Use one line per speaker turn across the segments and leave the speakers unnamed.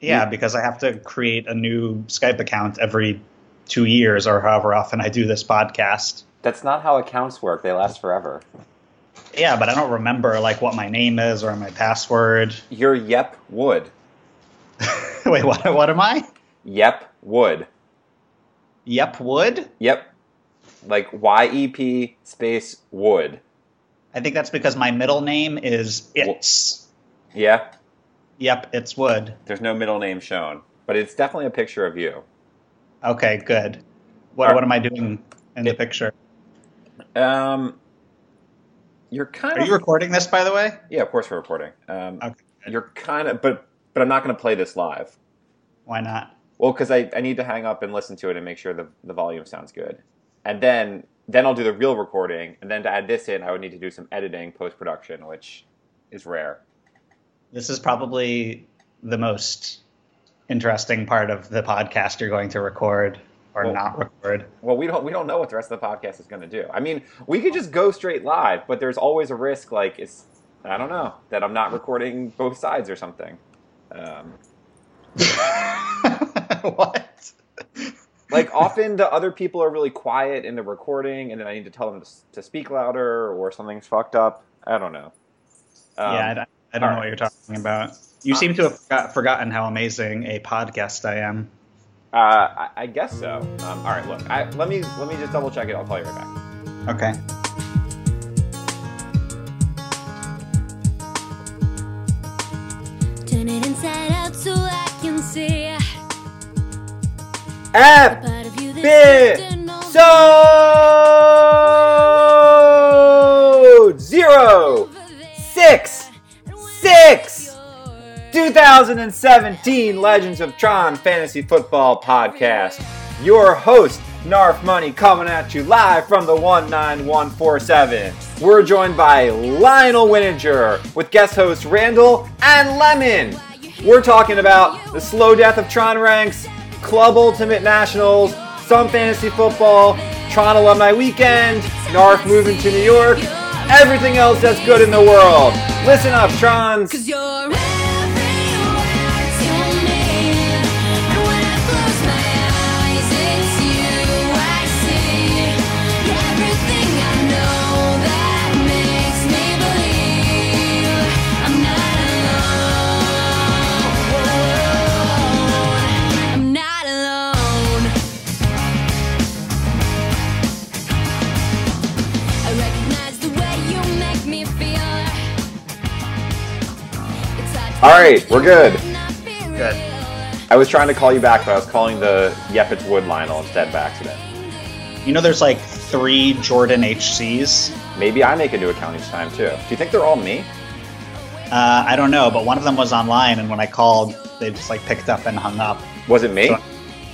Yeah, because I have to create a new Skype account every two years or however often I do this podcast.
That's not how accounts work. They last forever.
Yeah, but I don't remember like what my name is or my password.
You're Yep Wood.
Wait, what? What am I?
Yep Wood.
Yep, Wood.
Yep. Like Y E P space Wood.
I think that's because my middle name is It's.
Yeah.
Yep, it's Wood.
There's no middle name shown, but it's definitely a picture of you.
Okay, good. What,
Alright.
what am I doing in the picture?
Um, you're kind
Are
of
you recording this, by the way?
yeah, of course we're recording. Um,
Okay.
you're kind of but but I'm not going to play this live.
Why not?
Well, because I, I need to hang up and listen to it and make sure the the volume sounds good, and then then I'll do the real recording, and then to add this in, I would need to do some editing post production, which is rare.
This is probably the most interesting part of the podcast you're going to record or
Well-
not record.
Well, we don't we don't know what the rest of the podcast is going to do. I mean, we could just go straight live, but there's always a risk, like it's I don't know that I'm not recording both sides or something. Um,
what?
like often the other people are really quiet in the recording, and then I need to tell them to, s- to speak louder or something's fucked up. I don't know. Um,
yeah, I, d- I don't know
alright.
what you're talking about. You
Uh,
seem to have forgot, forgotten how amazing a podcast I am.
uh, I, I guess so. Um, all right, look, I, let me let me just double check it. I'll call you right back.
Okay.
Turn it inside out so I can see a
F
part of you
Bit.
that's left and all
so zero.
over there.
Six!
And when
Six!
you're
2017 Legends of Tron Fantasy Football Podcast. Your host, Narf Money, coming at you live from the 19147. We're joined by Lionel Wininger with guest hosts Randall and Lemon. We're talking about the slow death of Tron ranks, Club Ultimate Nationals, some fantasy football, Tron Alumni Weekend, Narf moving to New York, everything else that's good in the world. Listen up, Trons.
Cause you're everywhere to me. And when I close my eyes, it's you I see. You're everything I know that makes me believe I'm not alone. I'm not alone. I recognize the way you make me feel. All right, we're good. Good.
I was trying to call you back, but I was calling the Yep It's Wood Lionel instead by accident.
You know, there's like three Jordan HCs.
Maybe I make a new account each time too. Do you think they're all me?
Uh, I don't know, but one of them was online, and when I called, they just like picked up and hung up.
Was it me?
So-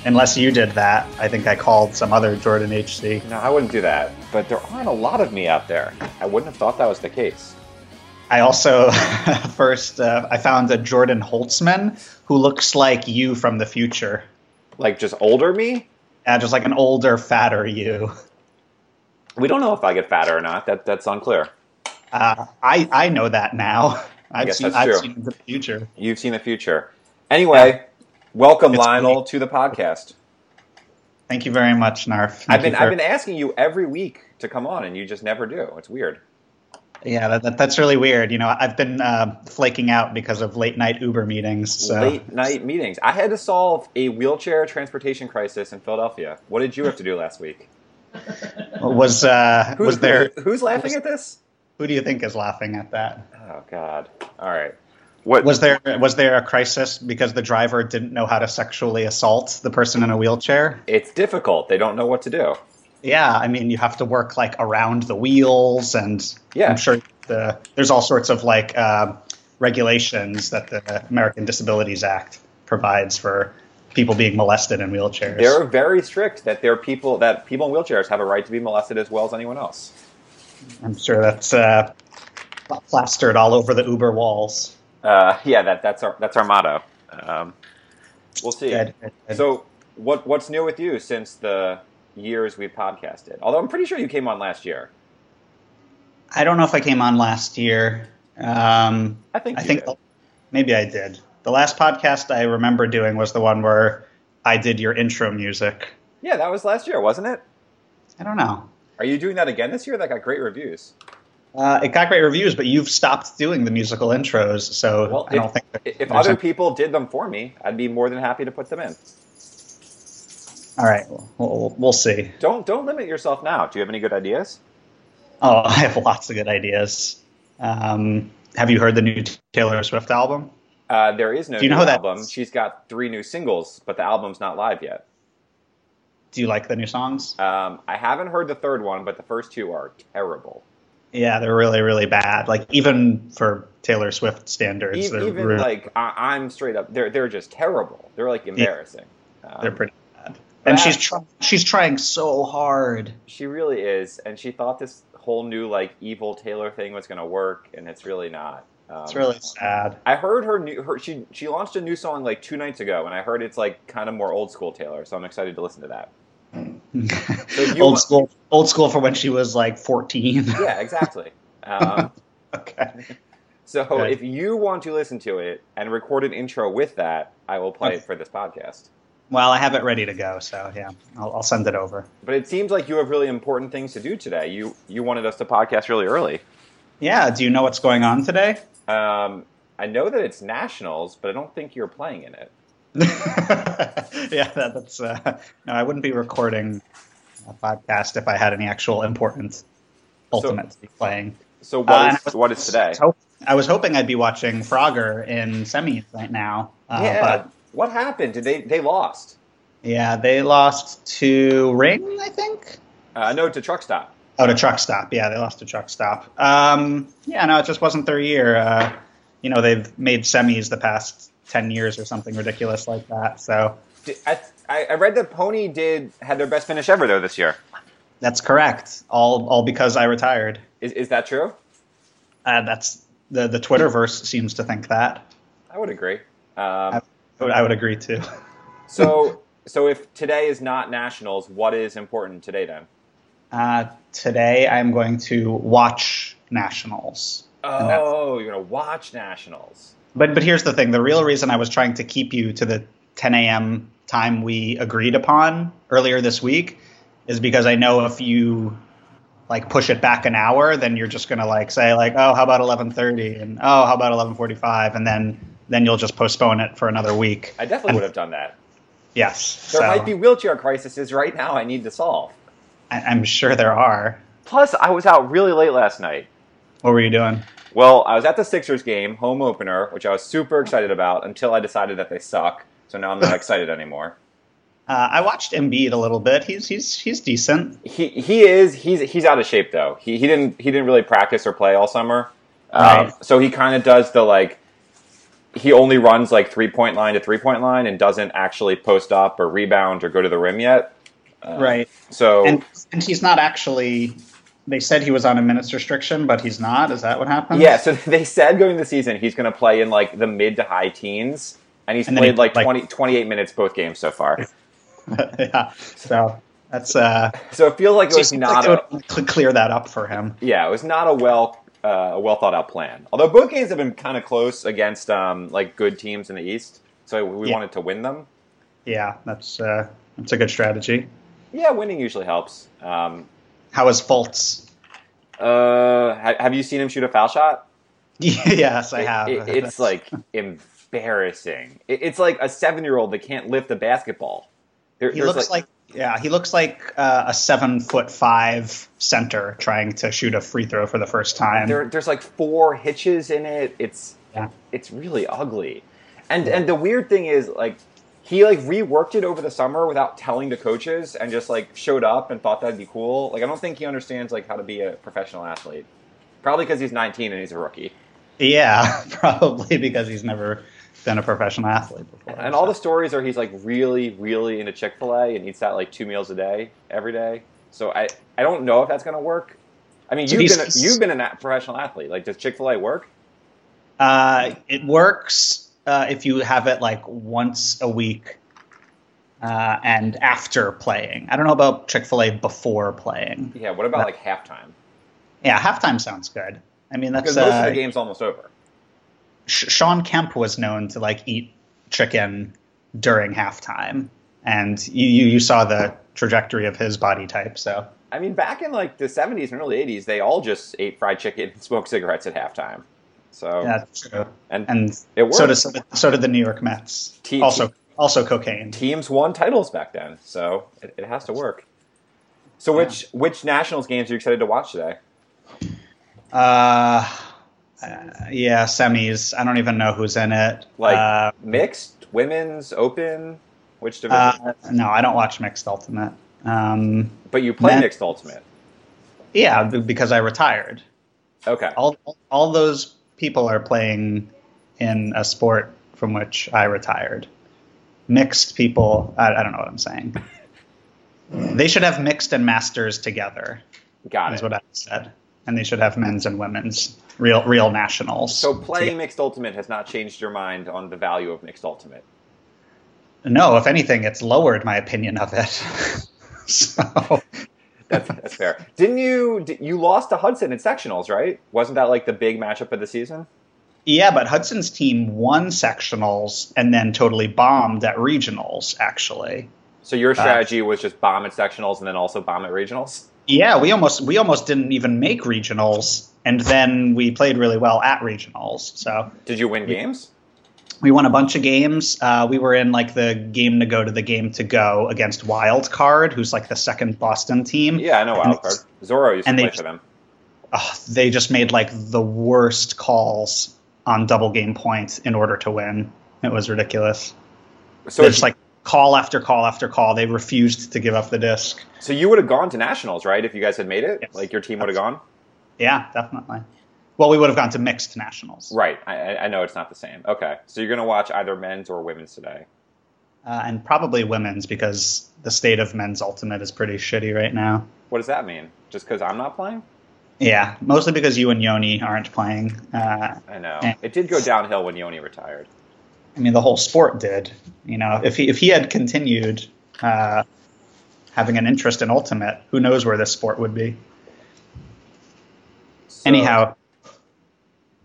Unless you did that, I think I called some other Jordan HC.
No, I wouldn't do that. But there aren't a lot of me out there. I wouldn't have thought that was the case.
I also first uh, I found a Jordan Holtzman who looks like you from the future,
Like just older me?
uh, just like an older, fatter you.
We don't know if I get fatter or not. That that's unclear.
Uh, I I know that now. I've
guess
seen
that's
I've
true.
seen the future.
You've seen the future. Anyway, welcome
It's
Lionel to the podcast.
Thank you very much, Narf.
I've
Thank
been
you
I've
for-
been asking you every week to come on, and you just never do. It's weird.
Yeah, that, that, that's really weird. You know, I've been uh, flaking out because of late night Uber meetings. So
Late night meetings. I had to solve a wheelchair transportation crisis in Philadelphia. What did you have to do last week?
was uh,
Who's
was there?
Who's laughing at this?
Who do you think is laughing at that?
Oh God! All right. What
Was there was there a crisis because the driver didn't know how to sexually assault the person in a wheelchair?
It's difficult. They don't know what to do.
Yeah, I mean you have to work like around the wheels, and
Yeah.
I'm sure the, there's all sorts of like uh, regulations that the American Disabilities Act provides for people being molested in wheelchairs.
They're very strict that there are people that people in wheelchairs have a right to be molested as well as anyone else.
I'm sure that's uh, plastered all over the Uber walls.
Uh, yeah, that that's our that's our motto. Um, we'll see.
Good, good, good.
So what what's new with you since the years we've podcasted? Although I'm pretty sure you came on last year.
I don't know if I came on last year. Um,
I think
I
you
think
did.
maybe I did. The last podcast I remember doing was the one where I did your intro music.
Yeah, that was last year, wasn't it?
I don't know.
Are you doing that again this year? That got great reviews.
Uh, it got great reviews, but you've stopped doing the musical intros, so
Well,
I don't
if,
think. that-
if
there's
other
a-
people did them for me, I'd be more than happy to put them in.
all right, well, we'll, we'll see.
Don't don't limit yourself now. Do you have any good ideas?
Oh, I have lots of good ideas. Um, have you heard the new Taylor Swift album?
Uh, there is no
Do you
new
know who that
album.
is?
She's got three new singles, but the album's not live yet.
Do you like the new songs?
Um, I haven't heard the third one, but the first two are terrible.
Yeah, they're really, really bad. Like even for Taylor Swift standards,
E-
they're
Even,
really,
like I, I'm straight up, they're they're just terrible. They're like embarrassing. Um,
they're pretty bad. And
Yeah.
she's trying, she's trying so hard.
she really is, and she thought this whole new like evil Taylor thing was going to work, and it's really not. Um,
It's really sad.
I heard her new her she she launched a new song like two nights ago, and I heard it's like kind of more old school Taylor, so I'm excited to listen to that. So you
old
want-
school, old school for when she was like fourteen.
Yeah, exactly. Um,
okay.
so
Good.
if you want to listen to it and record an intro with that, I will play it for this podcast.
Well, I have it ready to go, so yeah, I'll, I'll send it over.
But it seems like you have really important things to do today. You you wanted us to podcast really early.
Yeah. Do you know what's going on today?
Um, I know that it's nationals, but I don't think you're playing in it.
yeah, that, that's. Uh, no, I wouldn't be recording a podcast if I had any actual important ultimate to be playing.
So what
Uh,
is
and I was-
what is today?
I was hop- I was hoping I'd be watching Frogger in semis right now. Uh,
yeah.
But
what happened? Did they they lost?
yeah, they lost to Ring, I think.
Uh, no, to truck stop.
Oh, to Truck Stop. Yeah, they lost to Truck Stop. Um, yeah, no, it just wasn't their year. Uh, you know, they've made semis the past 10 years or something ridiculous like that. So
Did, I, I I read that Pony did had their best finish ever though this year.
that's correct. All, all because I retired.
Is is that true?
Uh, that's the the Twitterverse seems to think that.
I would agree. Um,
I would, I would agree too.
so so if today is not nationals, what is important today then?
Uh, today I'm going to watch nationals. And that's-
Oh, you're gonna watch nationals.
But but here's the thing: the real reason I was trying to keep you to the 10 a.m. time we agreed upon earlier this week is because I know if you like push it back an hour, then you're just gonna like say like, oh, how about 11:30, and oh, how about 11:45, and then then you'll just postpone it for another week.
I definitely would have done that.
Yes,
There
so
might be wheelchair crises right now I need to solve.
I, I'm sure there are.
Plus, I was out really late last night.
What were you doing?
Well, I was at the Sixers game, home opener, which I was super excited about until I decided that they suck. So now I'm not excited anymore.
Uh, I watched Embiid a little bit. He's he's he's decent.
He he is he's he's out of shape though. He he didn't he didn't really practice or play all summer. Um,
Right.
so he kind of does the like he only runs like three point line to three point line and doesn't actually post up or rebound or go to the rim yet.
right.
So
And and he's not actually they said he was on a minutes restriction, but he's not. Is that what happened?
Yeah, so they said going into the season he's going to play in like the mid to high teens, and he's
And then
played
he-
like,
like-
20, 28 minutes both games so far.
yeah. So that's uh
So it feels like it was
seems
not
like
a
they would cl- clear that up for him.
yeah, it was not a well uh, a well thought out plan. Although both games have been kind of close against um, like good teams in the East, so we
Yeah.
wanted to win them.
Yeah, that's uh that's a good strategy.
Yeah, winning usually helps. Um,
How is Fultz?
uh, ha- have you seen him shoot a foul shot?
yes, I
It-
have.
it-
That's-
it's like embarrassing. It, it's like a seven year old that can't lift a basketball. There-
he
there's,
looks like, yeah, he looks like uh, a seven foot five center trying to shoot a free throw for the first time.
There, there's like four hitches in it. It's
Mm-hmm. Yeah.
it's really ugly. And and the weird thing is like he like reworked it over the summer without telling the coaches and just like showed up and thought that'd be cool. Like I don't think he understands like how to be a professional athlete. Probably because he's 19 and he's a rookie.
Yeah, probably because he's never been a professional athlete before.
And all the stories are he's like really really into Chick Fil A and eats that like two meals a day every day. So I I don't know if that's gonna work. I mean
So
you've
he's-
been a, you've been a na- professional athlete. Like does Chick Fil A work?
Uh, it works uh, if you have it like once a week uh, and after playing. I don't know about Chick Fil A before playing.
Yeah. What about like halftime?
Yeah, halftime sounds good. I mean, that's
Because most of
uh,
the game's almost over.
Sh- Sean Kemp was known to like eat chicken during halftime, and you, you you saw the trajectory of his body type. So
I mean, back in like the 70s and early 80s, they all just ate fried chicken and smoked cigarettes at halftime. So
yeah, that's true.
and,
And
It worked.
so did so did- so did the New York Mets.
T-
also also cocaine.
teams won titles back then, so it, it has to work. So which which Nationals games are you excited to watch today?
Uh, uh, yeah, semis. I don't even know who's in it.
Like
uh,
mixed, women's, open, which division?
uh, no, I don't watch mixed ultimate. Um,
but you play
men-
mixed ultimate.
yeah, b- because I retired.
Okay.
All all those people are playing in a sport from which I retired. Mixed people. I, I don't know what I'm saying. They should have mixed and masters together.
Got
Is
it.
what I said. And they should have men's and women's real real nationals.
So playing
together.
mixed ultimate has not changed your mind on the value of mixed ultimate.
No, if anything, it's lowered my opinion of it. so
That's, that's fair. Didn't you di- you lost to Hudson in sectionals, right? Wasn't that like the big matchup of the season?
yeah, but Hudson's team won sectionals and then totally bombed at regionals. Actually,
So
Uh,
your strategy was just bomb at sectionals and then also bomb at regionals.
yeah, we almost we almost didn't even make regionals, and then we played really well at regionals. So
Did you win games?
we won a bunch of games. Uh, we were in like the game to go to the game to go against Wild Card, who's like the second Boston team.
Yeah, I know
And
wildcard. Zorro used to
and they
play
just-
for them.
ugh, they just made like the worst calls on double game points in order to win. It was ridiculous.
So
They're
if-
just like call after call after call. They refused to give up the disc.
So you would have gone to nationals, right? If you guys had made it,
Yes.
like your team would have gone.
Yeah, definitely. Well, we would have gone to mixed nationals
Right. I- I, I know it's not the same. Okay. So you're gonna watch either men's or women's today.
uh, and probably women's because the state of men's ultimate is pretty shitty right now.
What does that mean? Just because I'm not playing?
Yeah, mostly because you and Yoni aren't playing. Uh,
I know
Eh.
it did go downhill when Yoni retired.
I mean, the whole sport did. You know, if he if he had continued uh, having an interest in ultimate, who knows where this sport would be.
So-
Anyhow,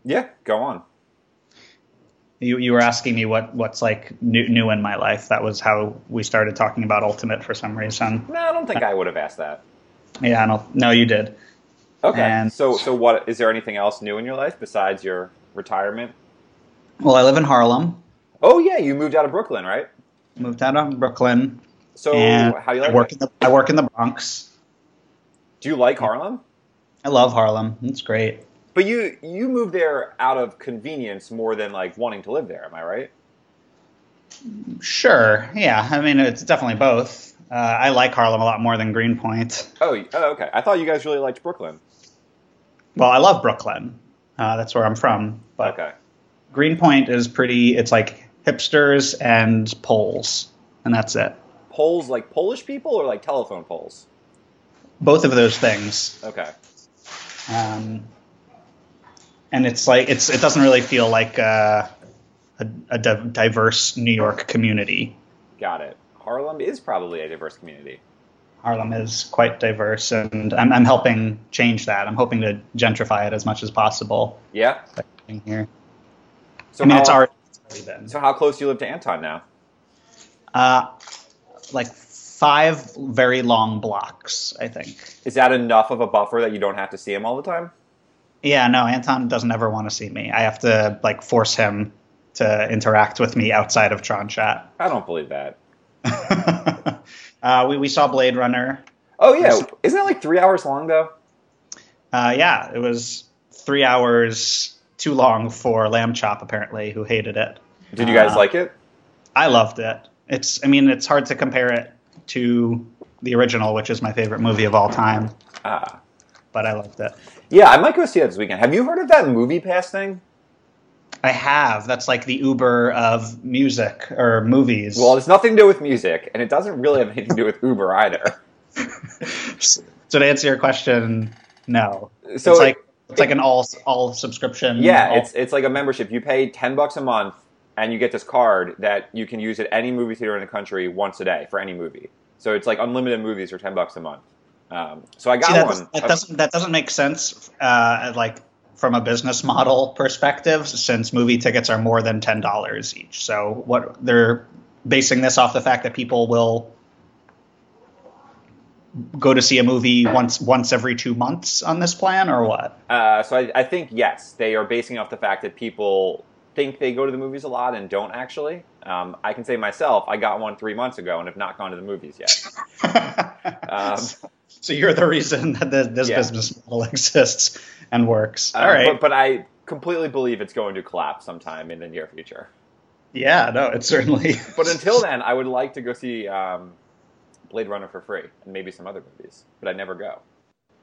Yeah. Go on.
you, you were asking me what, what's like new, new in my life. That was how we started talking about Ultimate for some reason.
No, I don't
Uh,
think I would have asked that.
Yeah, I don't, no, you did.
Okay.
And-
so so what is there anything else new in your life besides your retirement?
Well, I live in Harlem,
Oh yeah, you moved out of Brooklyn, right?
moved out of Brooklyn,
So
and
how do you
I
like
work
it?
in the I work in the Bronx.
Do you like Harlem?
I love Harlem. It's great.
But you you moved there out of convenience more than like wanting to live there, am I right?
Sure. Yeah. I mean, it's definitely both. Uh, I like Harlem a lot more than Greenpoint.
Oh, y- oh, okay. I thought you guys really liked Brooklyn.
Well, I love Brooklyn. Uh, that's where I'm from. But
Okay.
Greenpoint is pretty. It's like hipsters and poles, and that's it.
Poles like Polish people or like telephone poles?
Both of those things.
Okay.
um, and it's like it's it doesn't really feel like uh, a, a di- diverse New York community.
Got it. Harlem is probably a diverse community.
Harlem is quite diverse, and I'm, I'm helping change that. I'm hoping to gentrify it as much as possible
Yeah.
by being here.
So
I mean,
how,
it's already it's already been
So how close do you live to Anton now?
uh, like five very long blocks, I think.
Is that enough of a buffer that you don't have to see him all the time?
Yeah, no, Anton doesn't ever want to see me. I have to like force him to interact with me outside of Tron Chat.
I don't believe that.
uh, we, we saw Blade Runner.
Oh yeah, isn't that like three hours long though?
Uh, yeah, it was three hours too long for Lamb Chop, apparently, who hated it.
Did you guys
Uh,
like it?
I loved it. It's, I mean, it's hard to compare it to the original, which is my favorite movie of all time,
Ah,
but I loved it.
yeah. I might go see that this weekend. Have you heard of that movie pass thing?
I have. That's like the Uber of music or movies.
Well, it's nothing to do with music, and it doesn't really have anything to do with Uber either.
so to answer your question, no.
So
it's like
it-
it's like an all all subscription.
Yeah,
all-
it's it's like a membership. You pay ten bucks a month, and you get this card that you can use at any movie theater in the country once a day for any movie. So it's like unlimited movies for ten bucks a month. Um, so I got
See, that,
one.
doesn't- that doesn't that doesn't make sense. Uh, like from a business model perspective since movie tickets are more than $10 each. So what they're basing this off the fact that people will go to see a movie once once every 2 months on this plan or what?
Uh, so I, I think yes, they are basing off the fact that people think they go to the movies a lot and don't actually. Um, I can say myself, I got one three months ago and have not gone to the movies yet. Um,
so you're the reason that this, this
Yeah.
business model exists and works.
uh,
All right.
but, but I completely believe it's going to collapse sometime in the near future.
yeah, no, it's certainly
But until then, I would like to go see um, Blade Runner for free and maybe some other movies, but I never go.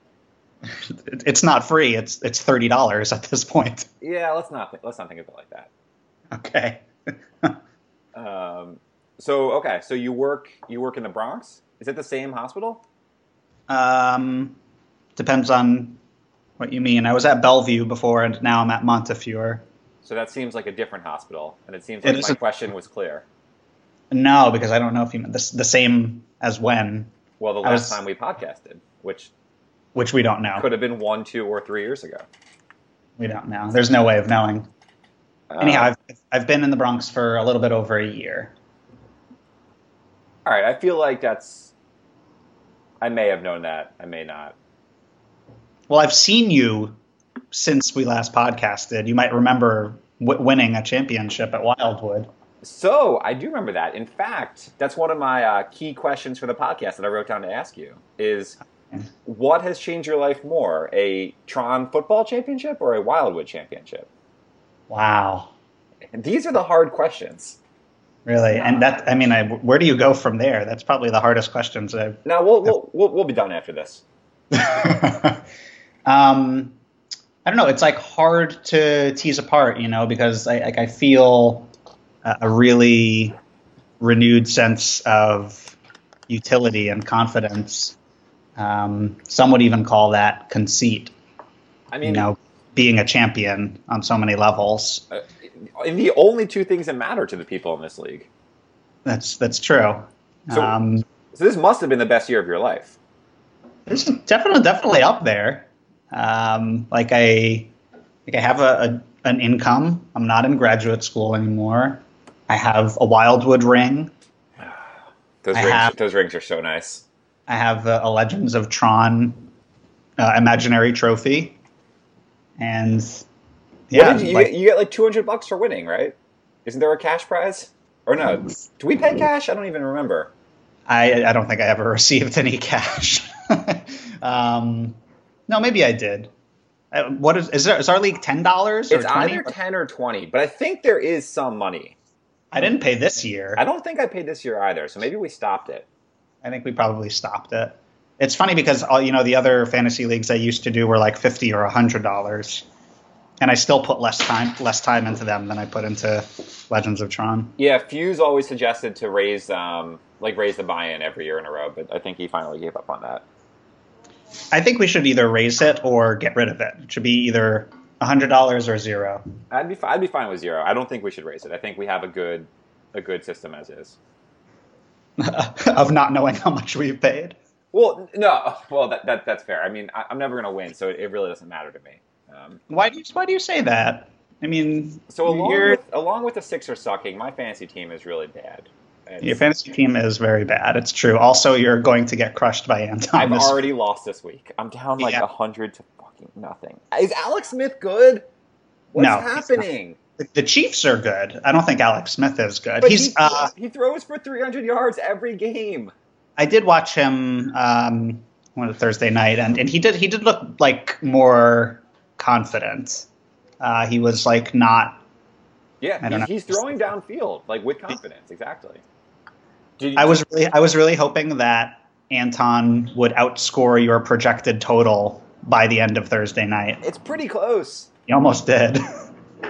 it- it's not free. It's it's thirty dollars at this point.
Yeah, let's not think, let's not think of it like that.
Okay.
Um, so okay, so you work you work in the Bronx. Is it the same hospital?
Um, depends on what you mean. I was at Bellevue before, and now I'm at Montefiore.
So that seems like a different hospital, and it seems
It
like my
isn't-
question was clear.
No, because I don't know if you meant this, the same as when,
Well, the
I
last
was-
time we podcasted, which
which we don't know.
could have been one, two, or three years ago.
We don't know. There's no way of knowing. Anyhow,
Uh,
I've, I've been in the Bronx for a little bit over a year.
Uh, all right. I feel like that's. I may have known that. I may not.
Well, I've seen you since we last podcasted. You might remember w- winning a championship at Wildwood.
So I do remember that. In fact, that's one of my uh, key questions for the podcast that I wrote down to ask you is. What has changed your life more, a Tron football championship or a Wildwood championship?
Wow.
And these are the hard questions.
Really? And that, I mean, I, where do you go from there? That's probably the hardest questions I've.
Now we'll we'll we'll, we'll be done after this.
um, I don't know. It's like hard to tease apart, you know, because I, like, I feel a a really renewed sense of utility and confidence. Um, some would even call that conceit,
I
you
mean,
know, being a champion on so many levels.
uh, in the only two things that matter to the people in this league.
That's that's true.
So-
um,
So this must have been the best year of your life.
it's definitely definitely up there. Um, like I like I have a, a an income. I'm not in graduate school anymore. I have a Wildwood ring.
Those
I
rings,
have-
those rings are so nice.
I have a, a Legends of Tron uh, imaginary trophy, and
Yeah,
yeah,
you,
like-
get, you get like two hundred bucks for winning, right? Isn't there a cash prize? Or no? Do we pay cash? I don't even remember.
I, I don't think I ever received any cash. um, no, maybe I did. Uh, What is is, there, is our league ten dollars or
It's
twenty?
either ten or twenty, but I think there is some money.
I didn't pay this year.
I don't think I paid this year either, so maybe we stopped it.
I think we probably stopped it. It's funny because all you know the other fantasy leagues I used to do were like fifty or hundred dollars, and I still put less time less time into them than I put into Legends of Tron.
Yeah, Fuse always suggested to raise um like raise the buy-in every year in a row, but I think he finally gave up on that.
I think we should either raise it or get rid of it. It should be either hundred dollars or zero.
I'd be fi- I'd be fine with zero. I don't think we should raise it. I think we have a good a good system as is.
of not knowing how much we've paid.
Well, no, well that, that that's fair. I mean, I, I'm never going to win, so it, it really doesn't matter to me. Um,
Why do you why do you say that? I mean,
so along
your
with along with the Sixers sucking, my fantasy team is really bad. It's-
your fantasy team is very bad. It's true. Also, you're going to get crushed by Anton.
I've
this-
already lost this week. I'm down like a
Yeah.
hundred to fucking nothing. Is Alex Smith good? What's
No, he's not.
happening?
the Chiefs are good. I don't think Alex Smith is good.
But
he's
he,
uh,
he throws for 300 yards every game.
I did watch him um, on a Thursday night, and, and he did he did look like more confident. Uh, he was like not. I don't
Yeah,
know.
he, he's throwing downfield like with confidence. Exactly. Did you,
I was really I was really hoping that Anton would outscore your projected total by the end of Thursday night.
It's pretty close.
He almost did.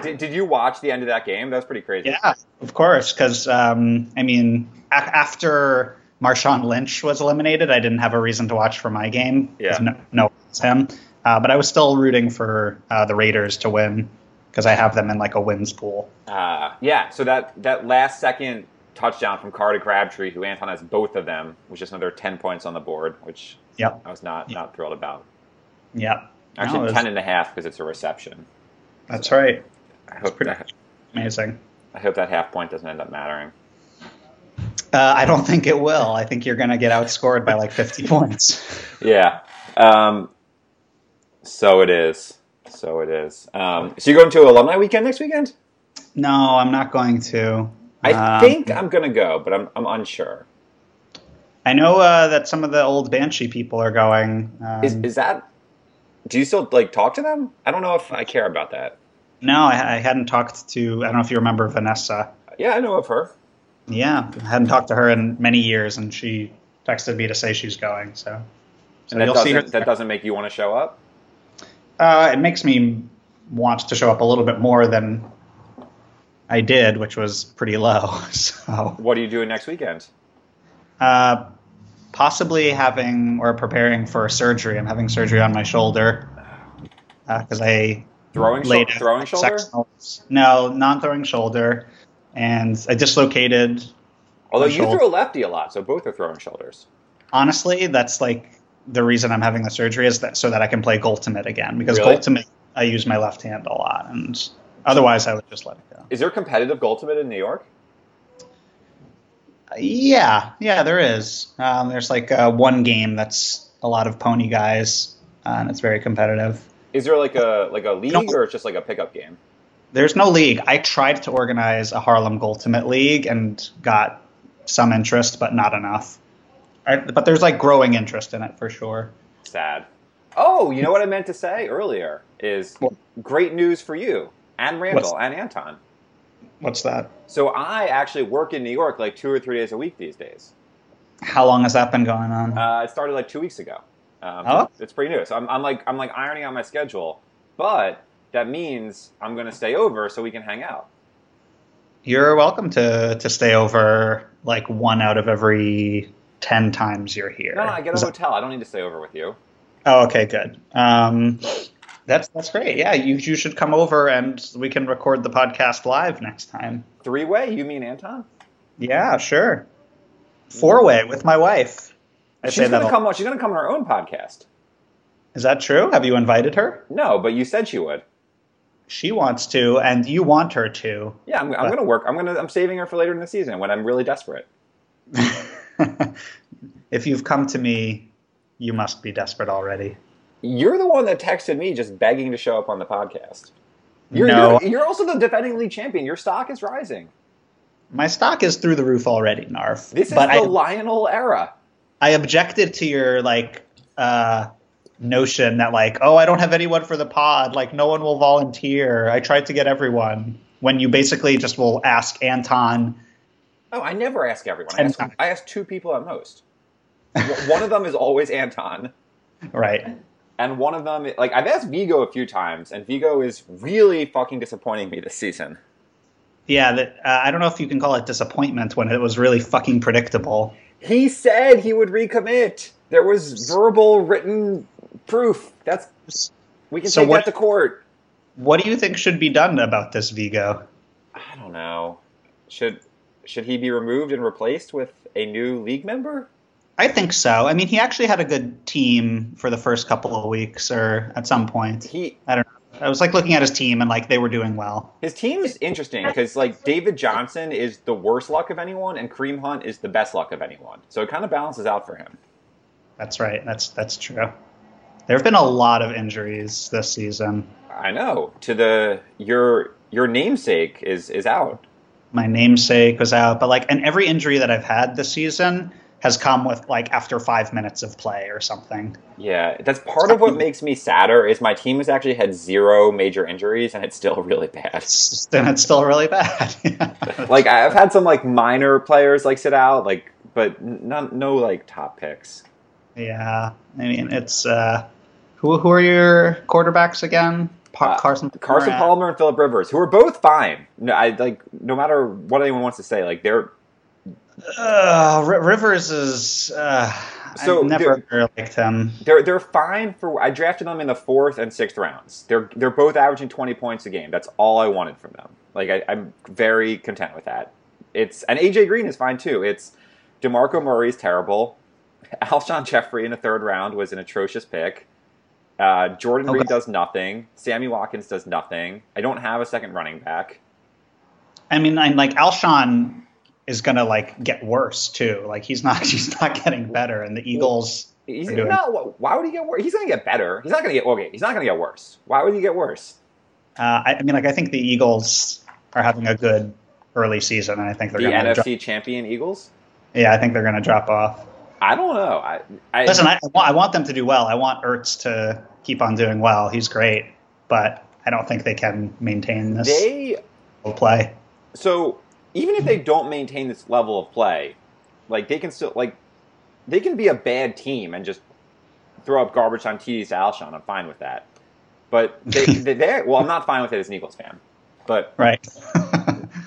Did, did you watch the end of that game? That was pretty crazy.
yeah, of course, because um, I mean, a- after Marshawn Lynch was eliminated, I didn't have a reason to watch for my game. 'cause
Yeah.
no, no, it's him. Uh, but I was still rooting for uh, the Raiders to win because I have them in like a wins pool.
Uh, yeah. So that that last second touchdown from Carter Crabtree, who Anton has both of them, was just another ten points on the board, which
Yep,
I was not not thrilled about.
yep.
Actually,
No,
ten and a half because it's a reception.
That's right.
I hope
pretty-
that,
Amazing.
I hope that half point doesn't end up mattering.
Uh, I don't think it will. I think you're going to get outscored by like 50 points.
Yeah. Um, so it is. So it is. Um, so you're going to alumni weekend next weekend?
No, I'm not going to.
I
Um,
think I'm gonna go, but I'm I'm unsure.
I know uh, that some of the old Banshee people are going. Um,
Is is that? Do you still like talk to them? I don't know if I care about that.
no, I, I hadn't talked to. I don't know if you remember Vanessa.
Yeah, I know of her.
Yeah, I hadn't talked to her in many years, and she texted me to say she's going. So, so
And that
you'll see her.
doesn't that doesn't make you want to show up.
uh, it makes me want to show up a little bit more than I did, which was pretty low. So.
What are you doing next weekend?
Uh, possibly having or preparing for surgery. I'm having surgery on my shoulder because I
Throwing
laid
shou-
out
throwing shoulder.
sexinals. No, non-throwing shoulder, and I dislocated.
Although
my
you
shoulder.
throw lefty a lot, so both are throwing shoulders.
Honestly, that's like the reason I'm having the surgery is that so that I can play Ultimate again because
Really?
Ultimate I use my left hand a lot, and otherwise I would just let it go.
Is there competitive Ultimate in New York?
Uh, Yeah, yeah, there is. Um, there's like uh, one game that's a lot of pony guys, uh, and it's very competitive.
Is there like a like a league
don't-
or it's just like a pickup game?
There's no league. I tried to organize a Harlem Ultimate League and got some interest, but not enough. I, but there's like growing interest in it for sure.
Sad. Oh, you know what I meant to say earlier is
What?
great news for you and Randall and Anton.
What's that?
So I actually work in New York like two or three days a week these days.
How long has that been going on?
Uh, it started like two weeks ago. Um,
Oh.
It's pretty new. So I'm, I'm like I'm like ironing out my schedule, but that means I'm going to stay over so we can hang out.
you're welcome to to stay over like one out of every ten times you're here.
No, no, I get
Is
a
that-
hotel. I don't need to stay over with you.
oh, okay, good. Um, that's that's great. Yeah, you you should come over and we can record the podcast live next time.
Three way, you mean Anton?
Yeah, sure. Four way with my wife. I
she's
say that.
gonna
a-
come. on- She's gonna come on her own podcast.
Is that true? Have you invited her?
No, but you said she would.
She wants to, and you want her to.
Yeah, I'm, I'm
But-
gonna work. I'm gonna. I'm saving her for later in the season when I'm really desperate.
if you've come to me, you must be desperate already.
You're the one that texted me just begging to show up on the podcast. You're,
No.
you're, you're also the defending league champion. Your stock is rising.
My stock is through the roof already, Narf.
This is
but
the
I,
Lionel era.
I objected to your like uh, notion that like, oh, I don't have anyone for the pod. Like, no one will volunteer. I tried to get everyone. When you basically just will ask Anton.
Oh, I never ask everyone. I
Ten
ask,
times.
I ask two people at most. W- one of them is always Anton,
Right.
and one of them, like I've asked Vigo a few times, and Vigo is really fucking disappointing me this season.
Yeah. That, uh, I don't know if you can call it disappointment when it was really fucking predictable.
He said he would recommit. There was verbal, written proof. That's we can
So
take
what-
that to court.
What do you think should be done about this Vigo?
I don't know. Should should he be removed and replaced with a new league member?
I think so. I mean, he actually had a good team for the first couple of weeks, or at some point.
He
I don't know. I was like looking at his team, and like they were doing well.
his team is interesting because like David Johnson is the worst luck of anyone, and Kareem Hunt is the best luck of anyone. So it kind of balances out for him.
That's right. That's that's true. There have been a lot of injuries this season.
I know. To the your your namesake is is out.
My namesake was out, but like, and every injury that I've had this season has come with like after five minutes of play or something.
Yeah, that's part of what makes me sadder is my team has actually had zero major injuries and it's still really bad.
It's just- and it's still really bad.
Like I've had some like minor players like sit out, like but none no like top picks.
yeah. I mean, it's uh, who who are your quarterbacks again? Pa-
Uh,
Carson
Carson Palmer and Philip Rivers, who are both fine. No, I like no matter what anyone wants to say, like they're
Uh, R- Rivers is. Uh,
So,
I've never liked him.
they're they're fine for. I drafted them in the fourth and sixth rounds. They're they're both averaging twenty points a game. That's all I wanted from them. Like I, I'm very content with that. It's and AJ Green is fine too. It's Demarco Murray's terrible. Alshon Jeffrey in the third round was an atrocious pick. Uh, Jordan
Okay.
Reed does nothing. Sammy Watkins does nothing. I don't have a second running back.
I mean, I'm like Alshon is gonna like get worse too. Like he's not he's not getting better, and the Eagles.
He's
We're doing-
not. Why would he get worse? He's gonna get better. He's not gonna get okay. He's not gonna get worse. Why would he get worse?
Uh, I, I mean, like I think the Eagles are having a good early season, and I think they're
the
gonna.
NFC
Drop,
champion Eagles.
yeah, I think they're gonna drop off.
I don't know. I, I
Listen, I, I, want, I want them to do well. I want Ertz to keep on doing well. He's great, but I don't think they can maintain this
they
play.
so even if they don't maintain this level of play, like they can still like they can be a bad team and just throw up garbage time TDs to Alshon. I'm fine with that. But they, they, they well, I'm not fine with it as an Eagles fan. But
Right.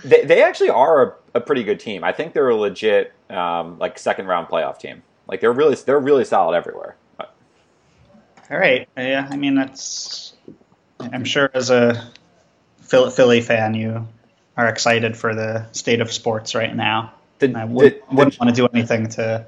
they, they actually are a, a pretty good team. I think they're a legit um, like second round playoff team. Like they're really they're really solid everywhere. Uh,
All right. Yeah, I mean that's. I'm sure as a Phil- Philly fan, you are excited for the state of sports right now.
The,
And I
the-
would,
the-
wouldn't want to do anything to.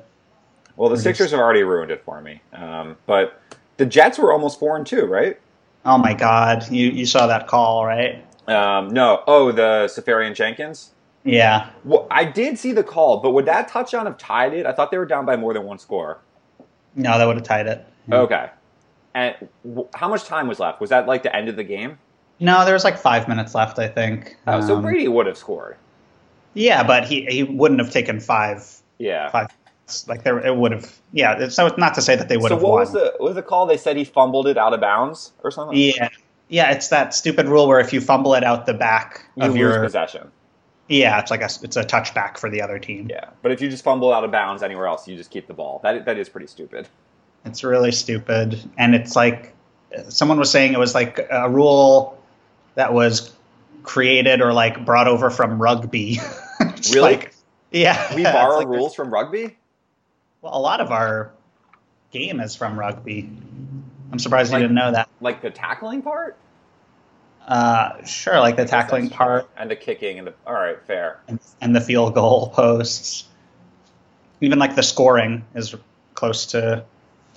well, the Sixers have already ruined it for me. Um, but the Jets were almost four and two, right?
Oh my God! You you saw that call, right?
Um, no, oh the Safarian Jenkins.
Yeah.
Well, I did see the call, but would that touchdown have tied it? I thought they were down by more than one score.
No, that would have tied it.
Okay. And w- how much time was left? Was that like the end of the game?
No, there was like five minutes left, I think.
Oh, so
Um,
Brady would have scored.
Yeah, but he he wouldn't have taken five
Yeah.
five. Like there, it would have. Yeah. So it's not to say that they would
So
have
what
won.
was the what was the call? They said he fumbled it out of bounds or something.
yeah. Yeah, it's that stupid rule where if you fumble it out the back
You
of
lose
your
possession.
Yeah, it's like a it's a touchback for the other team.
Yeah. But if you just fumble out of bounds anywhere else, you just keep the ball. That that is pretty stupid.
It's really stupid, and it's like someone was saying it was like a rule that was created or like brought over from rugby. It's
Really?
Like, yeah.
We
it's
borrow
like-
rules from rugby.
Well, a lot of our game is from rugby. I'm surprised
Like-
you didn't know that.
Like the tackling part,
Uh, sure, like the tackling part
and the kicking, and the all right, fair.
and, and the field goal posts, even like the scoring is close to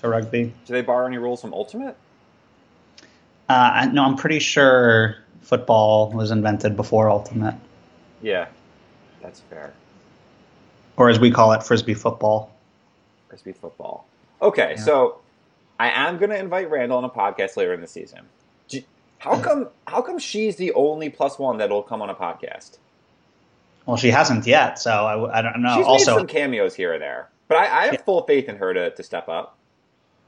to rugby.
Do they borrow any rules from Ultimate?
Uh, I- no, I'm pretty sure football was invented before Ultimate,
Yeah, that's fair.
or as we call it, frisbee football.
Frisbee football. Okay,
Yeah.
so I am going to invite Randall on a podcast later in the season. Do- How come? How come she's the only plus one that'll come on a podcast?
Well, she hasn't yet, so I, w- I don't know.
she's
also,
made some cameos here and there, but I, I have
Yeah.
full faith in her to, to step up.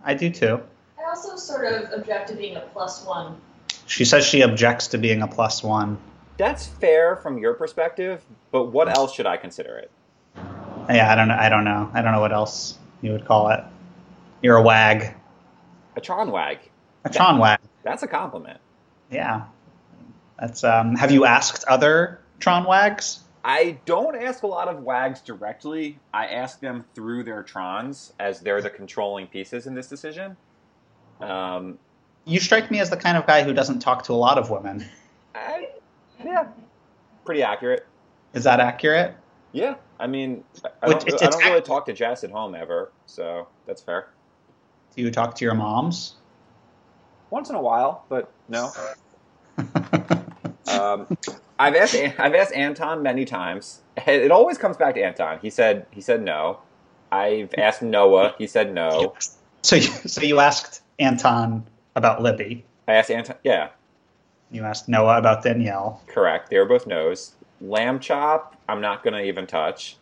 I do too.
I also sort of object to being a plus one.
She says she objects to being a plus one.
That's fair from your perspective, but what else should I consider it?
Yeah, I don't know. I don't know. I don't know what else you would call it. You're a wag,
A Tron wag.
a Tron wag.
That's a compliment.
Yeah, that's. Um, have you asked other Tron wags?
I don't ask a lot of wags directly. I ask them through their trons, as they're the controlling pieces in this decision. Um,
You strike me as the kind of guy who doesn't talk to a lot of women.
I, yeah, pretty accurate.
Is that accurate?
Yeah, I mean, I- I
Which-
don't,
it's-
I
it's
don't really
ac-
talk to Jess at home ever, so that's fair.
Do you talk to your moms?
Once in a while, but no. Um, I've asked An- I've asked Anton many times. It always comes back to Anton. He said he said no. I've asked Noah. He said no.
So, you, so you asked Anton about Libby.
I asked Anton. Yeah,
You asked Noah about Danielle.
Correct. They were both no's. Lamb chop, I'm not going to even touch.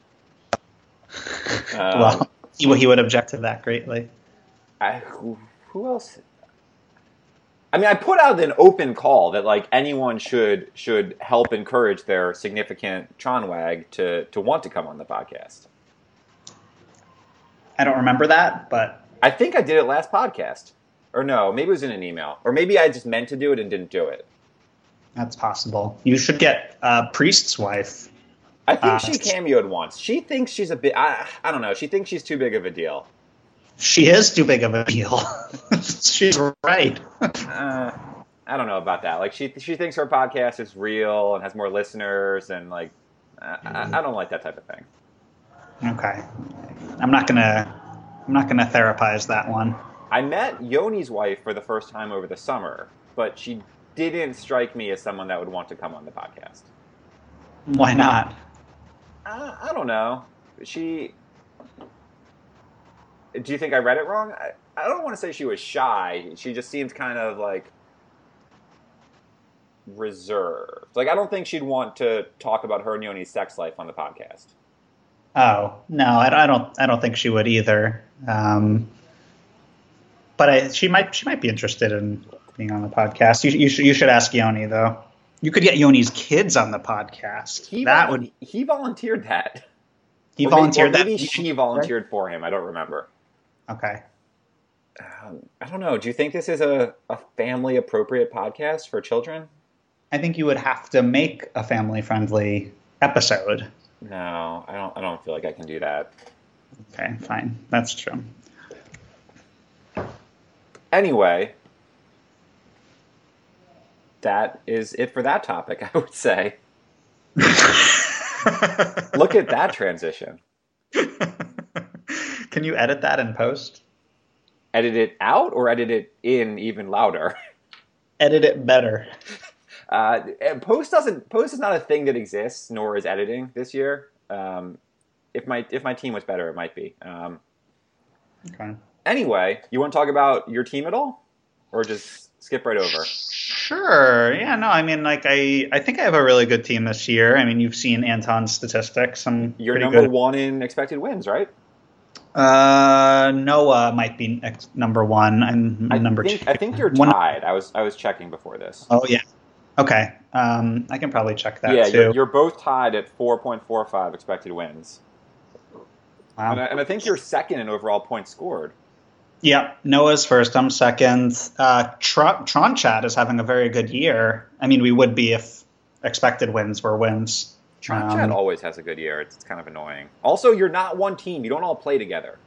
Um,
well, he, would- he would object to that greatly.
I, who, who else? I mean, I put out an open call that like anyone should should help encourage their significant Tronwag to to want to come on the podcast.
I don't remember that, but
I think I did it last podcast, or no, maybe it was in an email, or maybe I just meant to do it and didn't do it.
that's possible. You should get uh, Priest's wife.
I think
Ah.
she cameoed once. She thinks she's a bit. I, I don't know. She thinks she's too big of a deal.
She is too big of a deal. She's right.
uh, I don't know about that. Like she she thinks her podcast is real and has more listeners and like I, I, I don't like that type of thing.
okay, I'm not gonna, I'm not gonna therapize that one.
I met Yoni's wife for the first time over the summer, but she didn't strike me as someone that would want to come on the podcast.
Why not?
I, I don't know. She. Do you think I read it wrong? I, I don't want to say she was shy. She just seemed kind of like reserved. Like I don't think she'd want to talk about her and Yoni's sex life on the podcast.
Oh no, I, I don't. I don't think she would either. Um, but I, she might. She might be interested in being on the podcast. You, you should. You should ask Yoni though. You could get Yoni's kids on the podcast.
He
that
vol-
would.
he volunteered that.
He
Or may- or
volunteered
Maybe
that.
she volunteered for him. I don't remember.
Okay.
Um, I don't know. Do you think this is a, a family appropriate podcast for children?
I think you would have to make a family friendly episode.
No, I don't. I don't feel like I can do that.
Okay, fine. That's true.
Anyway, that is it for that topic. I would say. Look at that transition.
Can you edit that in post?
Edit it out or edit it in even louder.
Edit it better.
Uh, and post doesn't. Post is not a thing that exists, nor is editing this year. Um, if my if my team was better, it might be. Um,
Okay.
anyway, you want to talk about your team at all, or just skip right over?
Sure. Yeah. No. I mean, like, I I think I have a really good team this year. I mean, you've seen Anton's statistics. I'm
You're
pretty
number
good.
one in expected wins, right?
Uh, Noah might be ex- number one. I'm
I
number
think,
two.
I think you're
One-
tied. I was I was checking before this.
Oh yeah. Okay. Um, I can probably check that
yeah,
too.
you're, you're both tied at 4.45 expected wins,
wow. Um,
and, I, and I think you're second in overall points scored.
Yep, Noah's first. I'm second. Uh, Tr- Tron Chat is having a very good year. I mean, we would be if expected wins were wins.
Tron
Um,
Chat always has a good year. It's, it's kind of annoying. Also, you're not one team. You don't all play together.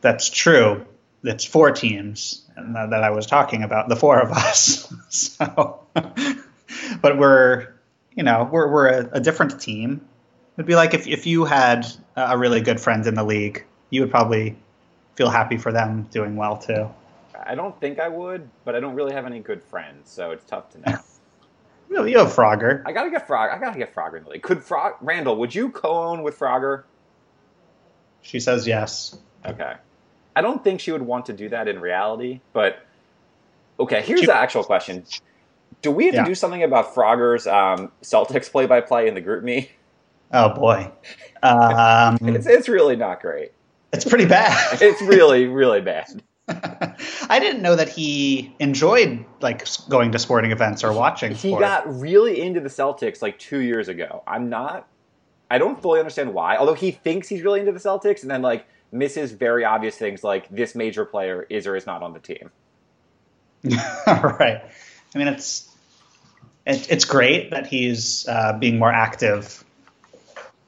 That's true. It's four teams that that I was talking about, the four of us. so, but we're, you know, we're we're a, a different team. It'd be like if if you had a really good friend in the league, you would probably feel happy for them doing well too.
I don't think I would, but I don't really have any good friends, so it's tough to know.
You you have Frogger.
I gotta get Frog. I gotta get Frogger in the league. Could Frog Randall? Would you co-own with Frogger?
She says yes.
Okay. I don't think she would want to do that in reality, but okay, here's
She-
the actual question. Do we have
Yeah.
to do something about Frogger's um, Celtics play by play in the group me?
Oh boy, um,
It's, it's really not great.
it's pretty bad.
It's really, really bad.
I didn't know that he enjoyed like s- going to sporting events or watching.
He
sports.
got really into the Celtics like two years ago. I'm not, I don't fully understand why, although he thinks he's really into the Celtics and then like misses very obvious things like this major player is or is not on the team.
right. I mean, it's it, it's great that he's uh, being more active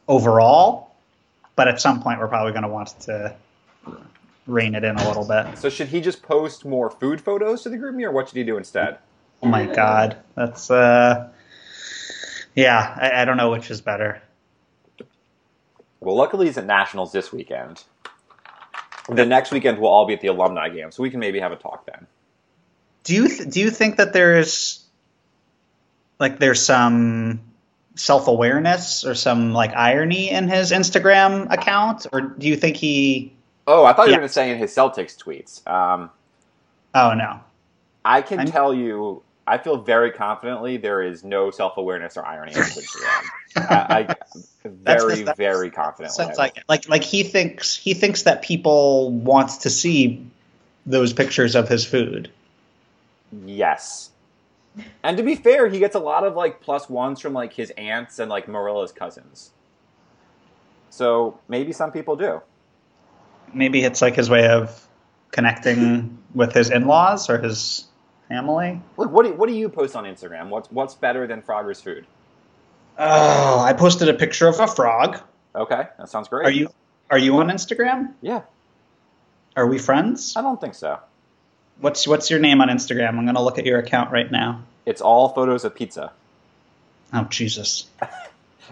overall, but at some point we're probably going to want to rein it in a little bit.
So should he just post more food photos to the group me or what should he do instead?
Oh my god, that's uh, yeah. I, I don't know which is better.
Well, luckily he's at Nationals this weekend. The next weekend we'll all be at the alumni game, so we can maybe have a talk then.
do you th- do you think that there's like there's some self awareness or some like irony in his Instagram account, or do you think he?
Oh, I thought you
Yeah.
were going to say in his Celtics tweets. Um,
Oh no,
I can
I'm-
tell you, I feel very confidently there is no self awareness or irony in his Instagram. I, I very,
that's-
very confidently.
sounds like like like he thinks he thinks that people want to see those pictures of his food.
yes. And to be fair, he gets a lot of like plus ones from like his aunts and like Marilla's cousins. So maybe some people do.
Maybe it's like his way of connecting with his in laws or his family.
Look, what do, what do you post on Instagram? What's what's better than Frogger's food?
Oh, I posted a picture of a frog.
Okay, that sounds great.
Are you are you on Instagram?
Yeah,
Are we friends?
I don't think so.
What's what's your name on Instagram? I'm gonna look at your account right now.
It's all photos of pizza.
Oh Jesus!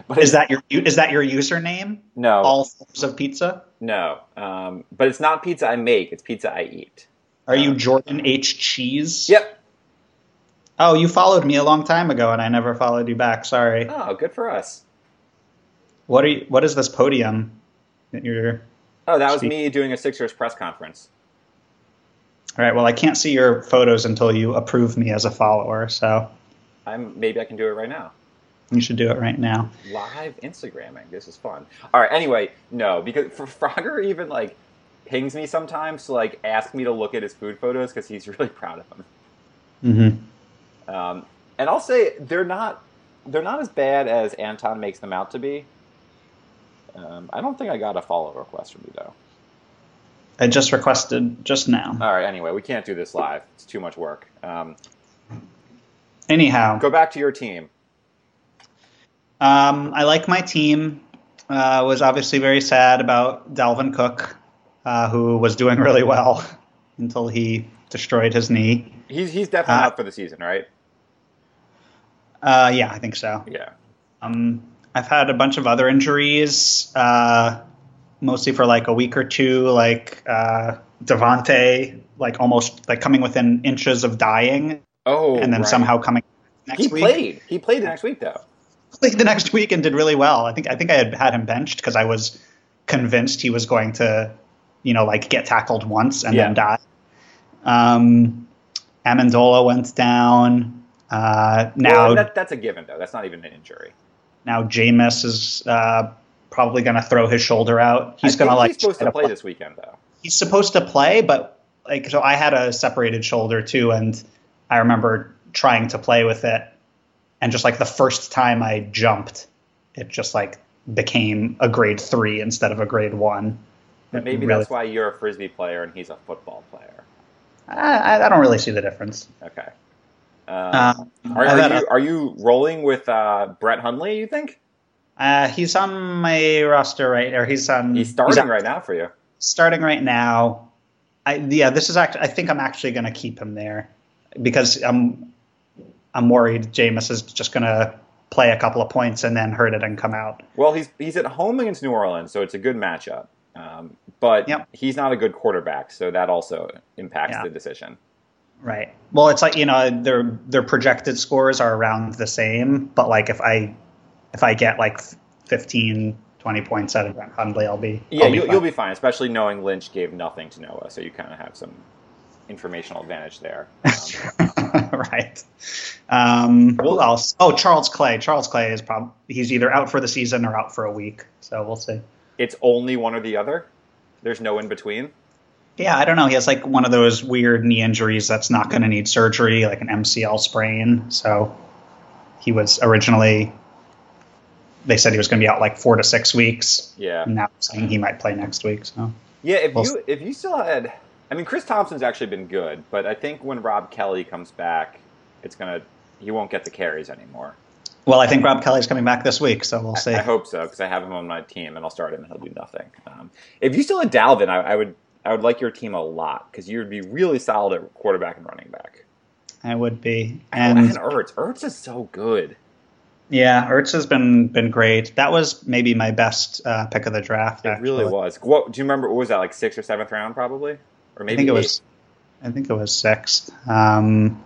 But
Is that your is that your username?
no?
All forms of pizza.
No, um, but it's not pizza I make. It's pizza I eat.
Are you Jordan H. Cheese?
Yep.
Oh, you followed me a long time ago, and I never followed you back. Sorry.
Oh, good for us.
What are you, What is this podium? That you're.
Oh, that was
Speak-
me doing a Sixers press conference.
All right. Well, I can't see your photos until you approve me as a follower, so
I'm maybe I can do it right now.
you should do it right now.
Live Instagramming. This is fun. All right. Anyway, no, because for Frogger even like pings me sometimes to like ask me to look at his food photos because he's really proud of them.
hmm
Um, and I'll say they're not they're not as bad as Anton makes them out to be. Um, I don't think I got a follow request from you though.
I just requested just now.
All right. Anyway, we can't do this live. It's too much work. Um,
Anyhow,
go back to your team.
Um, I like my team. Uh, was obviously very sad about Dalvin Cook, uh, who was doing really well until he destroyed his knee.
He's he's definitely
Uh,
out for the season, right?
Uh, yeah, I think so.
Yeah.
Um, I've had a bunch of other injuries, uh, mostly for like a week or two, like uh, Devontae, like almost like coming within inches of dying,
Oh,
and then
right.
somehow coming next
he
week.
played. He played the next week though.
played the next week and did really well. I think I think I had had him benched because I was convinced he was going to, you know, like get tackled once and
Yeah.
then die. Um, Amendola went down. Uh, now
Well, that, that's a given though. That's not even an injury.
now Jameis is uh, probably going to throw his shoulder out. He's
I
going
think
like
he's supposed
try
to play
pl-
this weekend though.
He's supposed to play, but like so I had a separated shoulder too, and I remember trying to play with it, and just like the first time I jumped, it just like became a grade three instead of a grade one.
But maybe
Really-
that's why you're a frisbee player and he's a football player.
I, I- I don't really see the difference.
Okay. Um,
Um,
are,
I've had
are
a-
you are you rolling with uh, Brett Hundley? You think
uh, he's on my roster right, or he's on
he's starting
on-
right now for you?
starting right now. I yeah, this is actually. I think I'm actually going to keep him there because I'm I'm worried Jameis is just going to play a couple of points and then hurt it and come out.
Well, he's he's at home against New Orleans, so it's a good matchup. Um, but
Yep.
he's not a good quarterback, so that also impacts
Yeah.
the decision.
Right. Well, it's like you know their their projected scores are around the same, but like if I if I get like 15, 20 points out of Brent Hundley, I'll be
Yeah,
I'll be
you'll,
fine.
you'll be fine, especially knowing Lynch gave nothing to Noah, so you kind of have some informational advantage there. Um,
right. Um, who else? Oh, Charles Clay. Charles Clay is probably he's either out for the season or out for a week, so we'll see.
it's only one or the other. There's no in between.
Yeah, I don't know. He has like one of those weird knee injuries that's not going to need surgery, like an MCL sprain. So he was originally, they said he was going to be out like four to six weeks.
Yeah,
And now they're saying he might play next week. So
yeah. If
Mm. Well-
you if you still had, I mean, Chris Thompson's actually been good, but I think when Rob Kelly comes back, it's gonna he won't get the carries anymore.
well, I think Rob Kelly's coming back this week, so we'll see.
I hope so because I have him on my team, and I'll start him, and he'll do nothing. Um, if you still had Dalvin, I, I would I would like your team a lot because you would be really solid at quarterback and running back.
I would be.
And,
And
Ertz, Ertz is so good.
yeah, Ertz has been been great. That was maybe my best uh, pick of the draft.
It really
actually.
was. What do you remember? What was that like sixth or seventh round, probably, or maybe
I think it
eighth?
was. I think it was sixth. Um,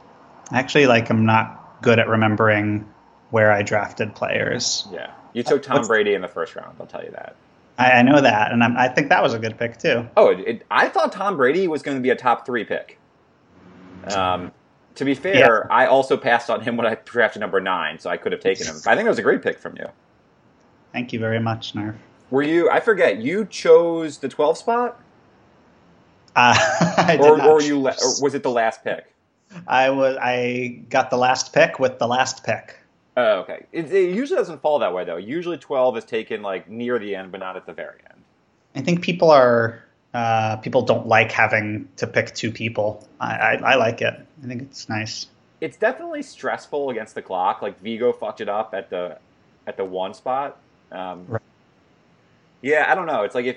actually, like I'm not good at remembering where I drafted players.
Yeah, you took Tom
What's-
Brady in the first round. I'll tell you that.
I, I know that, and I'm, I think that was a good pick too.
Oh, it, it, I thought Tom Brady was going to be a top three pick. Um, to be fair, I also passed on him when I drafted number nine, so I could have taken him. I think it was a great pick from you.
Thank you very much, Nerf.
Were you? I forget. You chose the 12 spot,
Uh, I did
or,
not
or you? La- or
choose.
was it the last pick?
I was. I got the last pick with the last pick.
Oh, okay. It, it usually doesn't fall that way, though. Usually, 12 is taken like near the end, but not at the very end.
I think people are. Uh, people don't like having to pick two people. I, I, I like it. I think it's nice.
It's definitely stressful against the clock. Like Vigo fucked it up at the at the one spot. Um,
Right.
Yeah, I don't know. It's like if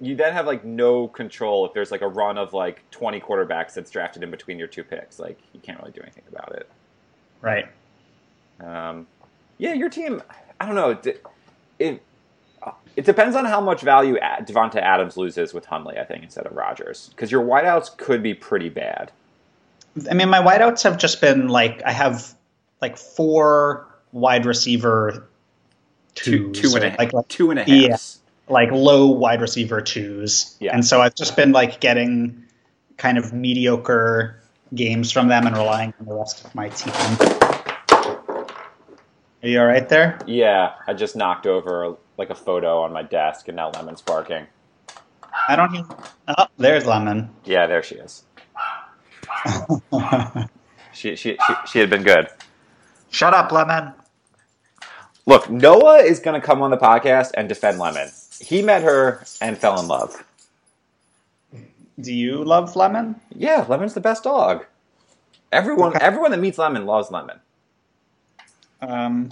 you then have like no control if there's like a run of like 20 quarterbacks that's drafted in between your two picks. Like you can't really do anything about it.
Right.
Um, yeah, your team. I don't know. d- It, It depends on how much value A- Devonta Adams loses with Hunley, I think, instead of Rogers, because your wideouts could be pretty bad.
I mean, my wideouts have just been like I have like four wide receiver
Two,
twos,
two and
or,
a half,
like, like
two and a half.
yeah. like low wide receiver twos,
Yeah.
and so I've just been like getting kind of mediocre games from them and relying on the rest of my team. Are you all right there?
Yeah, I just knocked over like a photo on my desk, and now Lemon's barking.
I don't. Hear- oh, there's Lemon.
Yeah, there she is. She she she, she had been good.
Shut up, Lemon.
Look, Noah is going to come on the podcast and defend Lemon. He met her and fell in love.
Do you love Lemon?
Yeah, Lemon's the best dog. Everyone
Okay.
everyone that meets Lemon loves Lemon.
Um,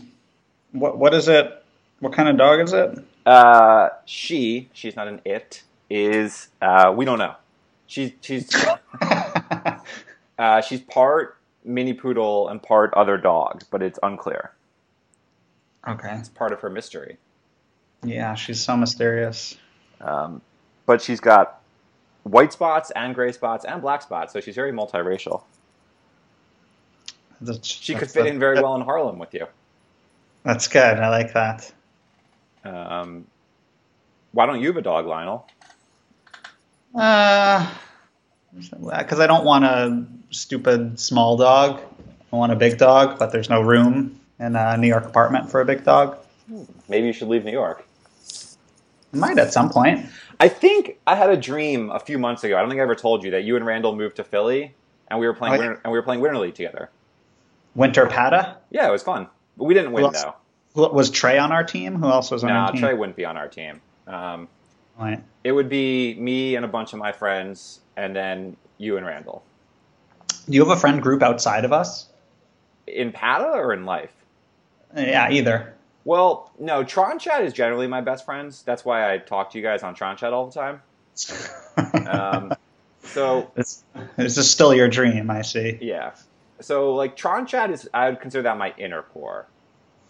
what what is it? What kind of dog is it?
Uh, she she's not an it is uh, we don't know. She's she's uh, she's part mini poodle and part other dog, but it's unclear.
okay.
It's part of her mystery.
Yeah, she's so mysterious.
Um, but she's got white spots and gray spots and black spots, so she's very multiracial.
That's-
She could
that's
fit
the-
in very
that-
well in Harlem with you.
That's good. I like that.
Um, why don't you have a dog, Lionel?
Because Uh, I don't want a stupid small dog. I want a big dog, but there's no room in a New York apartment for a big dog.
Maybe you should leave New York.
I might at some point.
I think I had a dream a few months ago. I don't think I ever told you that you and Randall moved to Philly, and we were playing
Oh, yeah.
winter, and we were playing Winter League together.
Winter Pata.
Yeah, it was fun. But we didn't win
Well,
though.
Who- Was Trey on our team? Who else was on
Nah,
our team?
Trey wouldn't be on our team. Um,
Right.
it would be me and a bunch of my friends, and then you and Randall.
Do you have a friend group outside of us?
In Pata or in life?
Yeah, either.
Well, no, Tron Chat is generally my best friends. That's why I talk to you guys on Tron Chat all the time. Um, so
this, this is still your dream, I see.
Yeah. So like Tron Chat is I would consider that my inner core.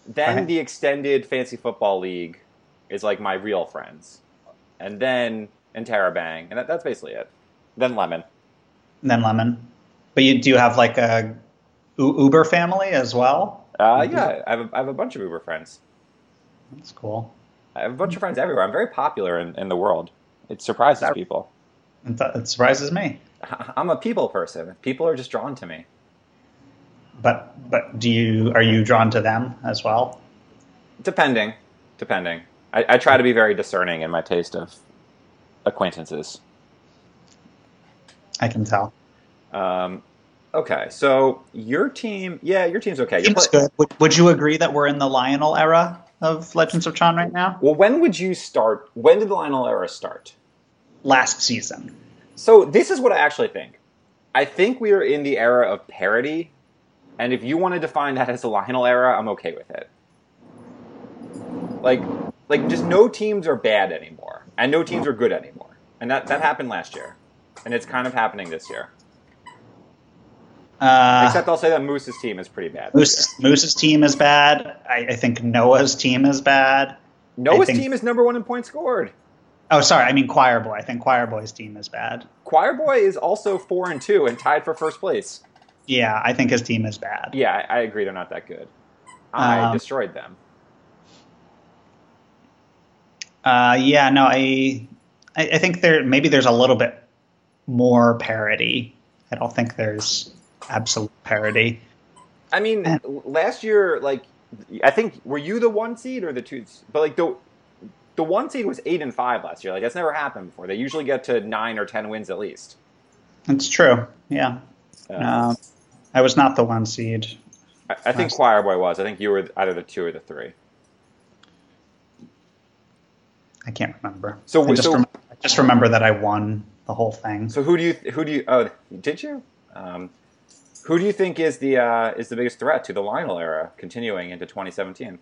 Then
Right.
the extended fancy football league is like my real friends. And then and Bang, and that, that's basically it. Then Lemon.
And then Lemon. But you do you have like a U- Uber family as well?
Uh, yeah, I have, a, I have a bunch of Uber friends.
That's cool.
I have a bunch of friends everywhere. I'm very popular in, in the world. It surprises
That-
people.
It, it surprises me.
I'm a people person. People are just drawn to me.
But but do you are you drawn to them as well?
Depending, depending. I, I try to be very discerning in my taste of acquaintances.
I can tell.
Um, okay, so your team, yeah, your team's okay. You're
It's
play-
good. Would, would you agree that we're in the Lionel era of Legends of Tron right now?
well, when would you start? When did the Lionel era start?
Last season.
So this is what I actually think. I think we are in the era of parody, and if you want to define that as the Lionel era, I'm okay with it. Like, like just no teams are bad anymore, and no teams are good anymore, and that that happened last year, and it's kind of happening this year.
Uh,
Except I'll say that Moose's team is pretty bad. this year.
Moose, Moose's team is bad. I, I think Noah's team is bad.
Noah's
think-
team is number one in points scored.
Oh, sorry. I mean Choir Boy. I think Choir Boy's team is bad.
Choir Boy is also four and two and tied for first place.
Yeah, I think his team is bad.
Yeah, I, I agree. They're not that good. I
Um,
destroyed them.
Uh, yeah, no, I, I, I think there maybe there's a little bit more parody. I don't think there's absolute parody.
I mean,
man.
l- last year, like, I think were you the one seed or the two? But like the the one seed was eight and five last year. Like that's never happened before. They usually get to nine or ten wins at least.
It's true. Yeah,
Uh,
um, I was not the one seed.
I, I think
nice.
Choir Boy was. I think you were either the two or the three.
I can't remember.
So
I
we-
just,
so-
remem- I just remember that I won the whole thing.
So who do you who do you? Oh, did you? Um, who do you think is the uh, is the biggest threat to the Lionel era continuing into 2017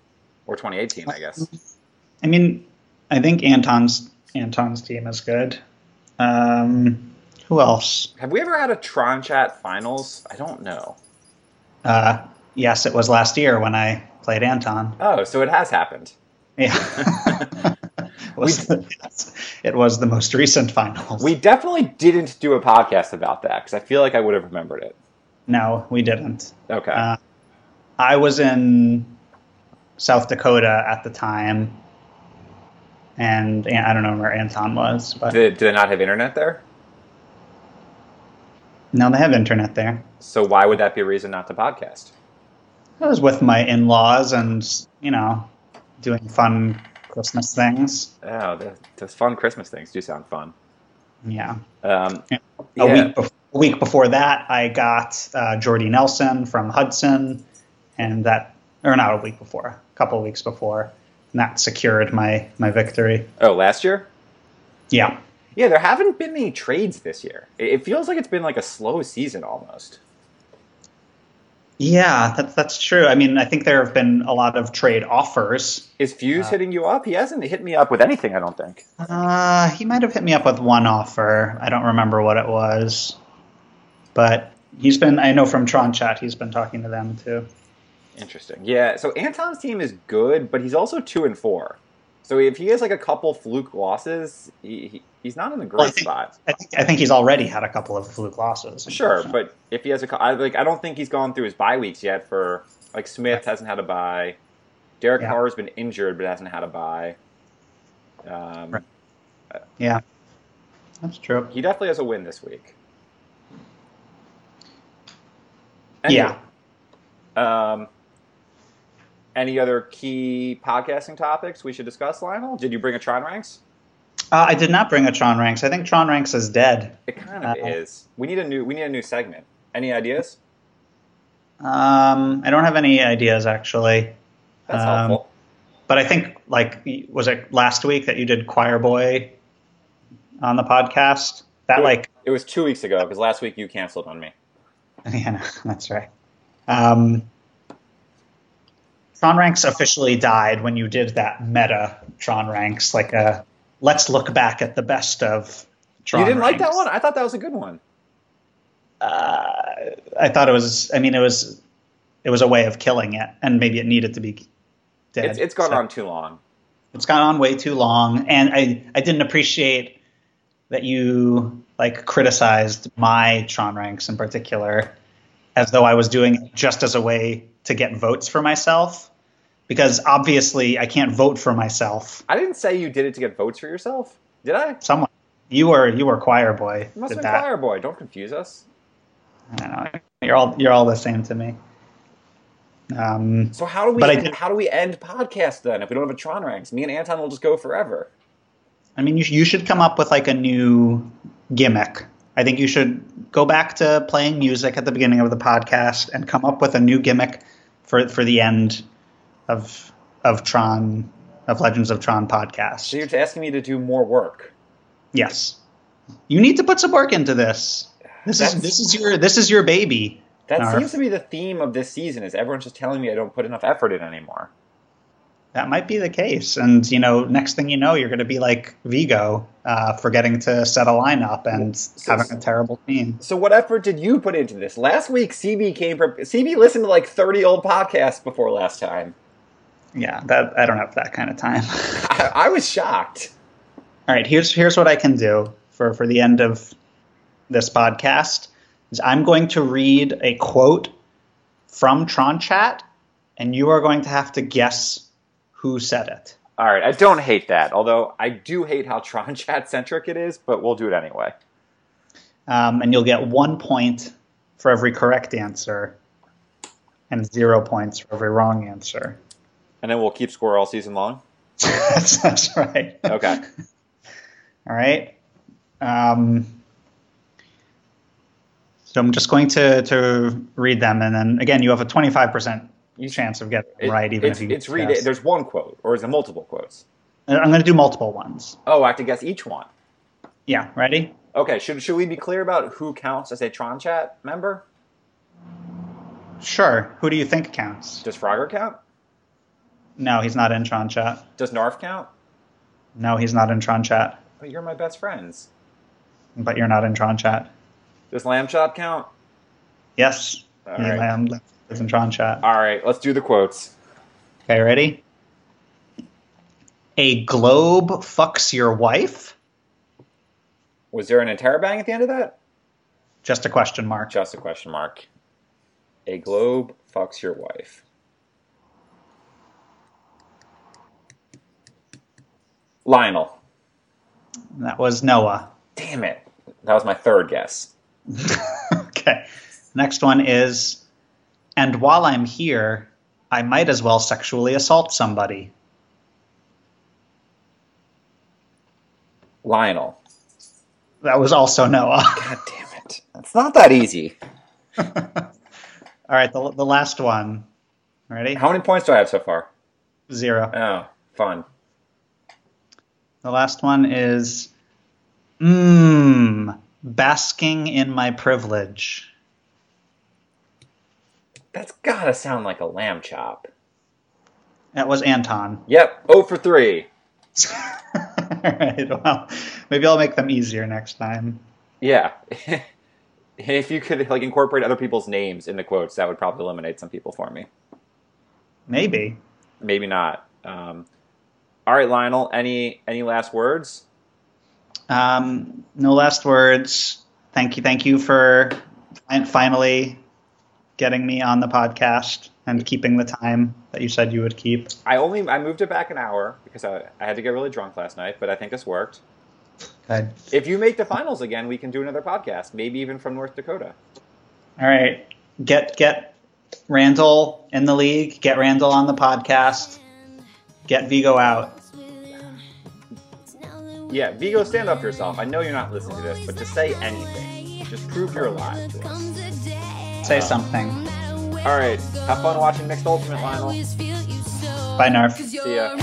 or 2018? I guess.
I mean, I think Anton's Anton's team is good. Um, who else?
Have we ever had a Tron Chat finals? I don't know.
Uh, yes, it was last year when I played Anton.
Oh, so it has happened.
Yeah. was the, it was the most recent finals.
We definitely didn't do a podcast about that because I feel like I would have remembered it.
no, we didn't.
Okay.
Uh, I was in South Dakota at the time, and, and I don't know where Anton was, but
did, did they not have internet there?
no, they have internet there.
So why would that be a reason not to podcast?
I was with my in-laws and you know, doing fun Christmas things.
Oh, the, the fun Christmas things do sound fun.
Yeah.
Um,
Yeah. A
yeah.
week bef- a week before that, I got uh, Jordy Nelson from Hudson, and that or not a week before, a couple of weeks before, and that secured my my victory.
Oh, last year?
Yeah.
Yeah, there haven't been any trades this year. It, it feels like it's been like a slow season almost.
Yeah, that's that's true. I mean, I think there have been a lot of trade offers.
Is Fuse
Uh,
hitting you up? He hasn't hit me up with anything, I don't think.
Uh, he might have hit me up with one offer. I don't remember what it was, but he's been. I know from Tron Chat, he's been talking to them too.
Interesting. Yeah. So Anton's team is good, but he's also two and four. So if he has like a couple fluke losses, he, he he's not in a great
Well, I think-
spot.
I think, I think he's already had a couple of fluke losses.
Sure, but if he has a, cou- I, like I don't think he's gone through his bye weeks yet. For like Smith hasn't had a bye. Derek
Yeah.
Carr's been injured but hasn't had a bye. Um,
Right. yeah, that's true.
He definitely has a win this week.
Yeah.
Um, any other key podcasting topics we should discuss, Lionel? Did you bring a Tron Ranks?
Uh, I did not bring a Tron Ranks. I think Tron Ranks is dead.
It kind of
Uh,
is. We need a new. We need a new segment. Any ideas?
Um, I don't have any ideas actually,
That's
Um,
helpful.
but I think like was it last week that you did Choir Boy on the podcast? That like
It was two weeks ago because last week you canceled on me.
Yeah, no, that's right. Um, Tron Ranks officially died when you did that meta Tron Ranks, like a let's look back at the best of Tron.
you didn't like that
Ranks.
one? I thought that was a good one.
Uh, I thought it was. I mean, it was. It was a way of killing it, and maybe it needed to be dead.
It's, it's gone
So
on too long.
It's gone on way too long, and I I didn't appreciate that you like criticized my Tron Ranks in particular, as though I was doing it just as a way to get votes for myself, because obviously I can't vote for myself.
I didn't say you did it to get votes for yourself, did I?
Someone, you were you were choir boy.
You must have
did
been
that.
Fire Boy. Don't confuse us.
I don't know. You're all you're all the same to me. Um,
So how do we
But I did-
how do we end podcast then if we don't have a Tron ranks? Me and Anton will just go forever.
I mean, you, sh- you should come up with like a new gimmick. I think you should go back to playing music at the beginning of the podcast and come up with a new gimmick for for the end of of Tron of Legends of Tron podcast.
So you're asking me to do more work.
yes, you need to put some work into this. This
That's-
is this is your this is your baby.
That
Narf.
seems to be the theme of this season. Is everyone's just telling me I don't put enough effort in anymore?
That might be the case, and you know, next thing you know, you're going to be like Vigo, uh, forgetting to set a lineup and having a terrible team.
So what effort did you put into this? Last week, CB came from CB listened to like thirty old podcasts before last time.
Yeah, that I don't have that kind of time.
I, I was shocked.
All right, here's here's what I can do for for the end of this podcast is I'm going to read a quote from Tron Chat, and you are going to have to guess who said it.
All right, I don't hate that, although I do hate how Tron chat centric it is. But we'll do it anyway.
Um, and you'll get one point for every correct answer, and zero points for every wrong answer.
And then we'll keep score all season long.
that's, that's right.
Okay.
All right. Um, so I'm just going to, to read them, and then again, you have a 25%
You-
chance of getting it
It-
right, even
it's,
if you
it's read.
guess.
There's one quote, or is it multiple quotes?
And I'm going to do multiple ones.
Oh, I have to guess each one.
Yeah, ready?
Okay, should should we be clear about who counts as a Tron chat member?
Sure. Who do you think counts?
Does Frogger count?
No, he's not in Tron Chat.
Does Narf count?
No, he's not in Tron Chat.
But you're my best friends.
But you're not in Tron Chat.
Does Lamb Chop count?
Yes.
All
Neil
right.
Lamb is in Tron Chat.
All right, let's do the quotes.
Okay, ready? a globe fucks your wife?
Was there an entire bang at the end of that?
Just a question mark.
Just a question mark. A globe fucks your wife. Lionel.
That was Noah.
Damn it. That was my third guess.
okay. Next one is, and while I'm here, I might as well sexually assault somebody.
Lionel.
That was also Noah.
God damn it. It's not that easy.
All right, the, the last one. Ready?
How many points do I have so far?
Zero.
Oh, fun.
The last one is, mmm, basking in my privilege.
That's gotta sound like a lamb chop.
That was Anton.
Yep, 0 for 3.
All right, well, maybe I'll make them easier next time.
Yeah. if you could like incorporate other people's names in the quotes, that would probably eliminate some people for me.
Maybe.
Maybe not. Um, all right, Lionel. Any any last words?
Um, no last words. Thank you. Thank you for fin- finally getting me on the podcast and keeping the time that you said you would keep.
I only I moved it back an hour because I, I had to get really drunk last night, but I think this worked.
Good.
If you make the finals again, we can do another podcast, maybe even from North Dakota.
All right. Get get Randall in the league. Get Randall on the podcast. Get Vigo out.
Yeah, Vigo, stand up for yourself. I know you're not listening to this, but just say anything. Just prove you're alive to us.
Say something.
All right, have fun watching Mixed Ultimate, Lionel.
Bye, Narf.
See ya.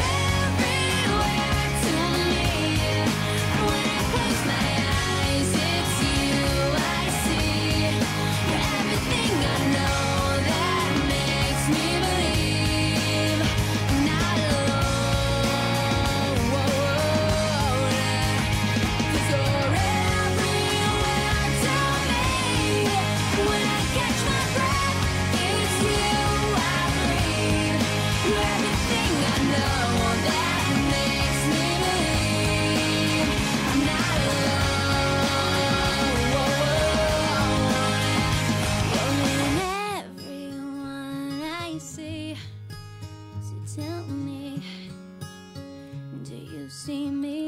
See me.